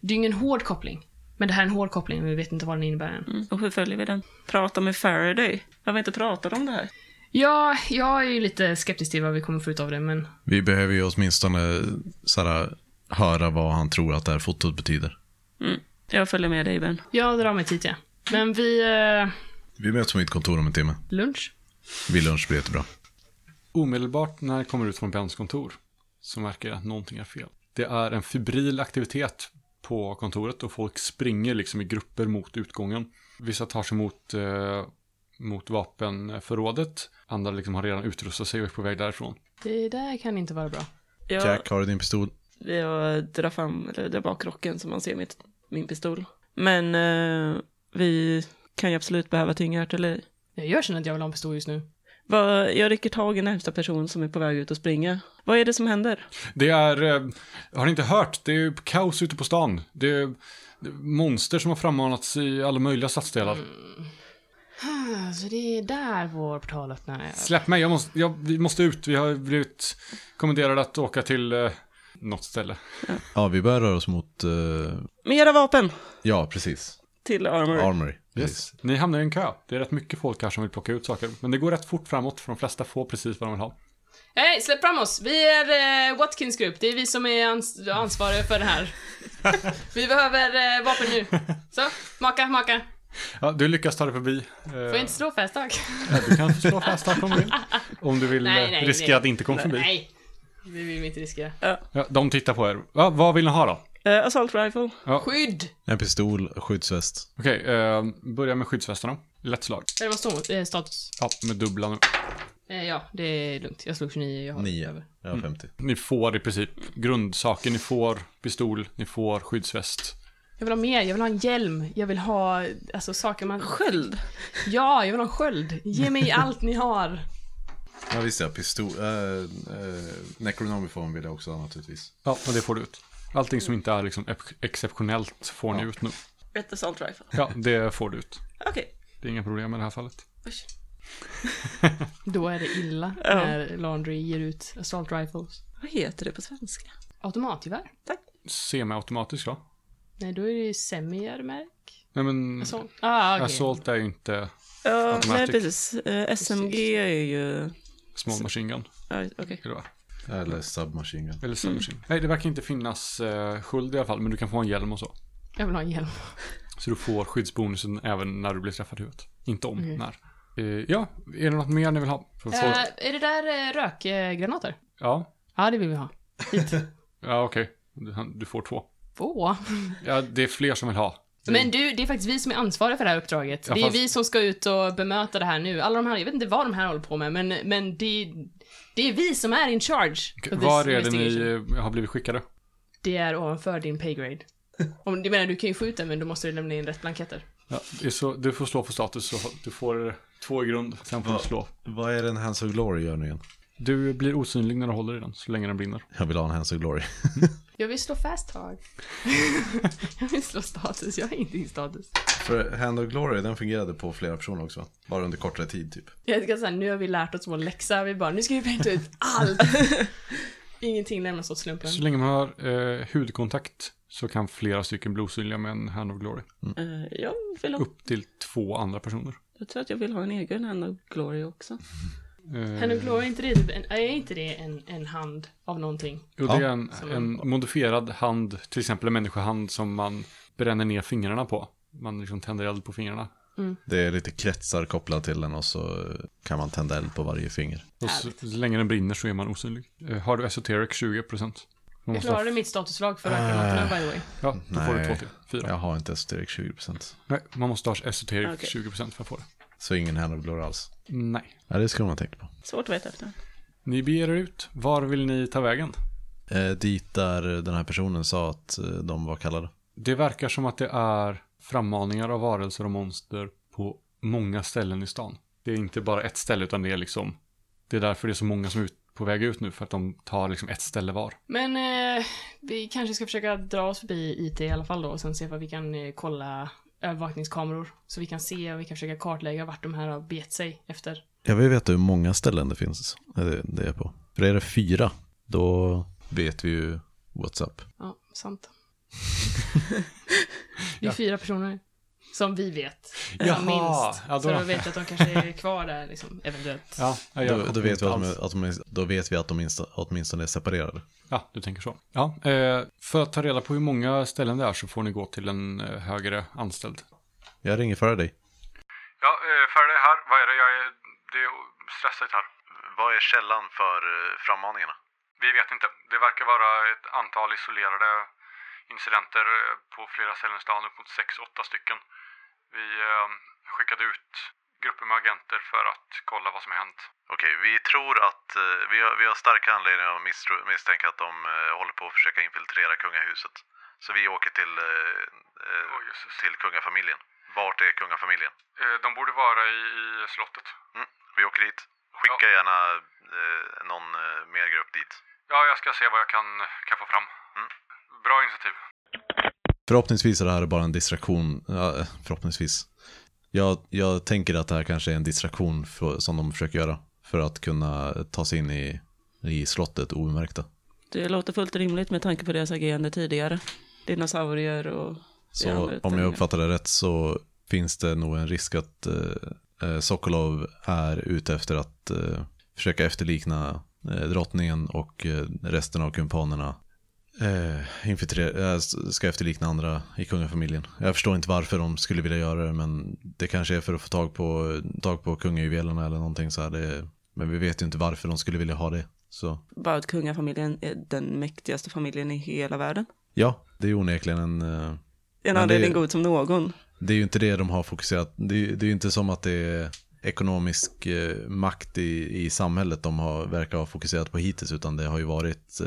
B: Det är ju ingen hård koppling. Men det här är en hård koppling, men vi vet inte vad den innebär än.
D: Mm. Och hur följer vi den? Prata med Faraday. Jag har inte pratat om det här.
B: Ja, jag är ju lite skeptisk till vad vi kommer få ut av det, men
C: vi behöver ju åtminstone såhär, höra vad han tror att det här fotot betyder.
D: Mm. Jag följer med dig, Ben.
B: jag drar mig dit, ja. Men vi... Eh,
C: Vi möts på mitt kontor om en timme.
B: lunch?
C: Vid lunch blir jättebra.
A: Omedelbart när jag kommer ut från Bens kontor så märker jag att någonting är fel. Det är en febril aktivitet på kontoret och folk springer liksom i grupper mot utgången. Vissa tar sig mot, eh, mot vapenförrådet, andra liksom har redan utrustat sig och är på väg därifrån.
B: Det där kan inte vara bra.
D: Jag,
C: Jack, har du din pistol?
D: jag drar fram, eller drar bak rocken så man ser mitt, min pistol. Men eh, vi kan ju absolut behöva tyngre artilleri.
B: Jag känner att jag vill ha en pistol just nu.
D: Vad, jag rycker tag i närmsta person som är på väg ut och springa. Vad är det som händer?
A: Det är, eh, har ni inte hört? Det är kaos ute på stan. Det är det är monster som har frammanats i alla möjliga stadsdelar.
B: Ah, Så det är där vår portalöppnare är.
A: Släpp mig, jag måste, jag, vi måste ut. Vi har blivit kommenderade att åka till eh, något ställe.
C: Ja, vi börjar röra oss mot, eh,
D: Mera vapen
C: ja precis,
D: till Armory.
C: Armory. Precis.
A: Yes. Ni hamnar i en kö. Det är rätt mycket folk här som vill plocka ut saker. Men det går rätt fort framåt för de flesta får precis vad de vill ha.
B: Hej, släpp fram oss! Vi är eh, Watkins Group. Det är vi som är ans- ansvariga för
A: [LAUGHS]
B: det här. vi behöver eh, vapen nu. Så, maka, maka.
A: Ja, du lyckas ta dig förbi. Eh,
B: Får inte slå fast tack.
A: Du kan slå fast här om du vill. Om du vill
B: [LAUGHS] Nej,
A: eh,
B: nej,
A: riskera
B: nej.
A: att inte komma förbi.
B: Nej, det vill vi inte riskera.
A: Ja, de tittar på er. Va, vad vill ni ha då?
D: Eh, assault rifle.
B: Skydd!
C: En pistol, skyddsväst.
A: Okej, eh, börja med skyddsvästarna. Lätt slag.
B: Eller vad står det? Eh, status.
A: Ja, med dubbla nu.
B: Eh, ja, det är lugnt. Jag slog 29. Jag har
C: Nio. Jag har 50.
A: Ni får i princip grundsaker. Ni får pistol, ni får skyddsväst.
B: Jag vill ha mer. Jag vill ha en hjälm. Jag vill ha, alltså saker man...
D: Sköld.
B: Ja, jag vill ha en sköld. Ge
D: [LAUGHS]
B: mig allt ni har.
C: Ja visst ja, pistol, äh, äh, Necronomifon vill jag också ha naturligtvis.
A: Ja, och det får du ut. Allting som inte är liksom ex- exceptionellt får ni ut nu.
D: Ett assault rifle.
A: Ja, det får du ut.
D: Okej.
A: Det är inga problem i det här fallet.
D: Usch.
B: Då är det illa
D: Ja.
B: när Laundry ger ut assault rifles.
D: Vad heter det på svenska?
B: Automatgevär?
A: Semiautomatisk va?
B: Nej, då är det ju semiarmärk.
A: Nej men,
B: Assault. Ah, okej.
A: assault är ju inte
D: Ja,
A: Automatic.
D: nej precis. Eh, SMG är ju...
A: small machine gun.
D: ja, Okej.
A: Eller, vad?
C: Eller Submachine Gun.
A: Mm. eller small machine. Nej, det verkar inte finnas eh, sköld i alla fall, men du kan få en hjälm och så.
B: Jag vill ha en hjälm.
A: Så du får skyddsbonusen även när du blir träffad i huvudet. Inte om, när. Eh, ja, är det något mer ni vill ha? För att få-
B: Eh, är det där eh, rökgranater?
A: Ja,
B: Ja, det vill vi ha.
D: [LAUGHS]
A: ja okej. Du, han- du får två.
B: Åh.
A: Ja, det är fler som vill ha. Eh,
B: Men du, det är faktiskt vi som är ansvariga för det här uppdraget.
A: Mm. Ja,
B: det är
A: fast-
B: vi som ska ut och bemöta det här nu. Alla de här, jag vet inte vad de här håller på med, men, men det, det är vi som är in charge. of this
A: Var är det ni
B: investigation.
A: eh, har blivit skickade?
B: Det är ovanför din paygrade. [LAUGHS] Om, du menar, du kan ju få ut den, men då måste du lämna in rätt blanketter.
A: Ja, det är så, du får slå på status så du får två i grund. Sen får du
C: Ja.
A: slå.
C: Vad är det en Hands of Glory gör nu igen?
A: Du blir osynlig när du håller i den, så länge den brinner.
C: Jag vill ha en Hands of Glory. [LAUGHS]
B: Jag vill slå fast tag. [LAUGHS] jag vill slå status, jag har ingenting status.
C: För Hand of Glory, den fungerade på flera personer också va? Bara under kortare tid typ.
B: Jag tycker såhär, nu har vi lärt oss vår läxa, vi bara, nu ska vi printa ut
A: [LAUGHS]
B: allt. Ingenting lämnas åt slumpen.
A: Så länge man har eh, hudkontakt så kan flera stycken bli osynliga med en hand of glory.
C: Mm.
D: Eh, Jag, vill ha,
A: Upp till två andra personer.
D: jag tror att jag vill ha en egen Hand of Glory också.
A: Eh,
B: Hand of Glory, är inte det, typ en, är inte det en, en hand av någonting?
A: Jo, det är en, en modifierad hand, till exempel en människohand som man bränner ner fingrarna på. Man liksom tänder eld på fingrarna.
C: Det är lite kretsar kopplat till den och så kan man tända eld på varje finger.
A: Och så, så länge den brinner så är man osynlig. Eh, har du esoteric 20%? Man
B: Jag
A: måste Ah. ha-
B: klarade mitt statuslag för rökgranaterna by the way.
A: Ja, då får du
C: Nej.
A: två till. Fyra.
C: Jag har inte esoteric 20%.
A: Nej, man måste ha esoteric
D: Okej.
A: 20% för att få det.
C: Så ingen Hand of Glory alls.
A: Nej.
C: Ja, det skulle man tänka på.
D: Svårt att veta efter.
A: Ni beger er ut. Var vill ni ta vägen?
C: Eh, dit där den här personen sa att eh, de var kallade.
A: Det verkar som att det är frammaningar av varelser och monster på många ställen i stan. Det är inte bara ett ställe utan det är liksom Det är därför det är så många som är ut, på väg ut nu för att de tar liksom ett ställe var.
B: Men eh, vi kanske ska försöka dra oss förbi IT i alla fall då och sen se vad vi kan eh, kolla övervakningskameror. Så vi kan se och vi kan försöka kartlägga vart de här har bet sig efter.
C: Jag vill veta hur många ställen det finns. eh, Det, det är på. För är det fyra, då vet vi ju WhatsApp.
B: Ja, sant. Det är fyra personer som vi vet.
A: Jaha,
B: Som minst.
A: ja, då-
B: Så då vet jag att de kanske är kvar där liksom, eventuellt.
A: Ja, jag kommer
C: Då, då, vet
A: inte
C: vi att de,
A: alls.
C: är- att de, är- då vet vi att de insta, åtminstone är separerade.
A: Ja, du tänker så. Ja, eh, för att ta reda på hur många ställen det är så får ni gå till en eh, högre anställd.
C: Jag ringer före dig.
E: Ja, eh, Faraday här. Vad är det? Jag är... Det är stressigt här.
F: Vad är källan för eh, frammaningarna?
E: Vi vet inte. Det verkar vara ett antal isolerade incidenter eh, på flera ställen i stan, upp mot sex, åtta stycken. Vi eh, skickade ut grupper med agenter för att kolla vad som har hänt.
F: Okej, vi tror att eh, vi, har, vi har starka anledningar att misstro, misstänka att de eh, håller på att försöka infiltrera kungahuset. Så vi åker till, eh, eh,
E: Åh, Jesus.
F: till kungafamiljen. Vart är kungafamiljen?
E: Eh, de borde vara i, i slottet.
F: Mm, vi åker dit. Skicka gärna eh, någon eh, mer grupp dit.
E: Ja, jag ska se vad jag kan, kan få fram.
F: Mm.
E: Bra initiativ.
C: Förhoppningsvis är det här bara en distraktion. Ja, eh, förhoppningsvis. Jag, jag tänker att det här kanske är en distraktion för, som de försöker göra. För att kunna ta sig in i, i slottet obemärkta.
D: Det låter fullt rimligt med tanke på deras agerande tidigare. Dinosaurier och... det
C: Så
D: andra, utan-
C: om jag uppfattar det rätt så finns det nog en risk att eh, eh, Sokolov är ute efter att eh, försöka efterlikna eh, drottningen och eh, resten av kumpanerna. Eh, infiltrera- eh, s- ska efterlikna andra i kungafamiljen. Jag förstår inte varför de skulle vilja göra det men det kanske är för att få tag på, tag på kungajuvelerna eller någonting så här. Det, men vi vet ju inte varför de skulle vilja ha det. Så
D: Bara att kungafamiljen är den mäktigaste familjen i hela världen.
C: ja, det är onekligen en eh,
D: En
C: det-
D: anledning god som någon.
C: Det är ju inte det de har fokuserat. Det är, det är ju inte som att det är ekonomisk eh, makt i, i samhället de har, verkar ha fokuserat på hittills, utan det har ju varit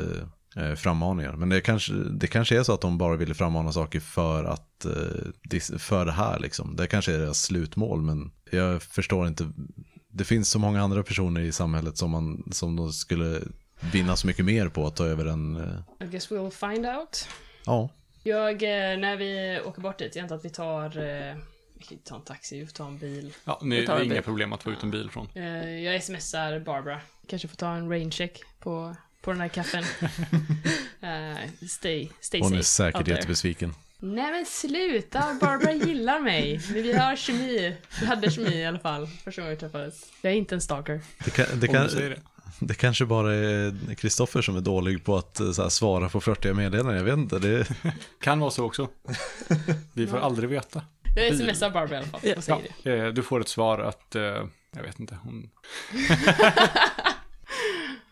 C: eh, eh, frammaningar. Men det kanske, det kanske är så att de bara ville frammana saker för, att, eh, dis- för det här. Liksom. Det kanske är deras slutmål, men jag förstår inte. Det finns så många andra personer i samhället som, man, som de skulle vinna så mycket mer på att ta över en... Eh,
B: I guess we'll find out.
C: ja,
B: Jag, eh, när vi åker bort dit, jag antar att vi tar... Eh, vi kan inte ta en taxi, vi får ta en bil.
A: Ja, ni, det
D: tar
A: är
D: en
A: inga
D: bil.
A: problem att få ut en bil från.
B: Eh, jag smsar Barbara. Kanske får ta en raincheck på, på den här
C: [LAUGHS]
B: kaffen. Eh, stay, stay
C: hon
B: safe
C: är
B: out
C: säkert
B: there.
C: jättebesviken.
B: Nej men sluta, Barbara gillar mig. Men Vi har kemi. Vi hade kemi i alla fall, första gången vi träffades. Jag är inte en stalker.
C: Det kan, det
A: Om
C: kan,
A: du säger det.
C: Det kanske bara är Kristoffer som är dålig på att eh, så här, svara på flörtiga meddelanden. Jag vet inte. Det,
A: Kan vara så också. Vi får aldrig veta.
B: Jag smsar Barbro i alla fall och säger
A: Ja,
B: det.
A: eh, du får ett svar att, eh, jag vet inte, hon,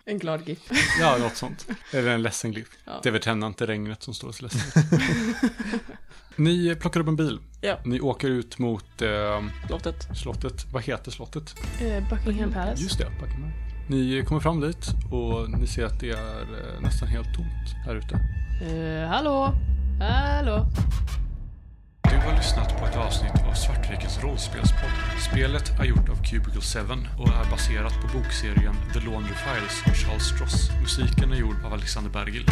B: En glad GIF.
A: ja något sånt. Eller en ledsen glipp.
B: Ja.
A: Det är väl tända inte regnet som står så ledsen. [LAUGHS] Ni plockar upp en bil.
D: Ja.
A: Ni åker ut mot eh,
D: Slottet.
A: slottet. Vad heter slottet?
B: Eh, Buckingham Palace.
A: Just det, Buckingham. Ni kommer fram dit och ni ser att det är eh, nästan helt tomt här ute.
B: Eh, hallå? Hallå?
A: Du har lyssnat på ett avsnitt av Svartvikens rollspelspodd. Spelet är gjort av Cubicle 7 och är baserat på bokserien The Laundry Files av Charles Stross. Musiken är gjord av Alexander Bergil.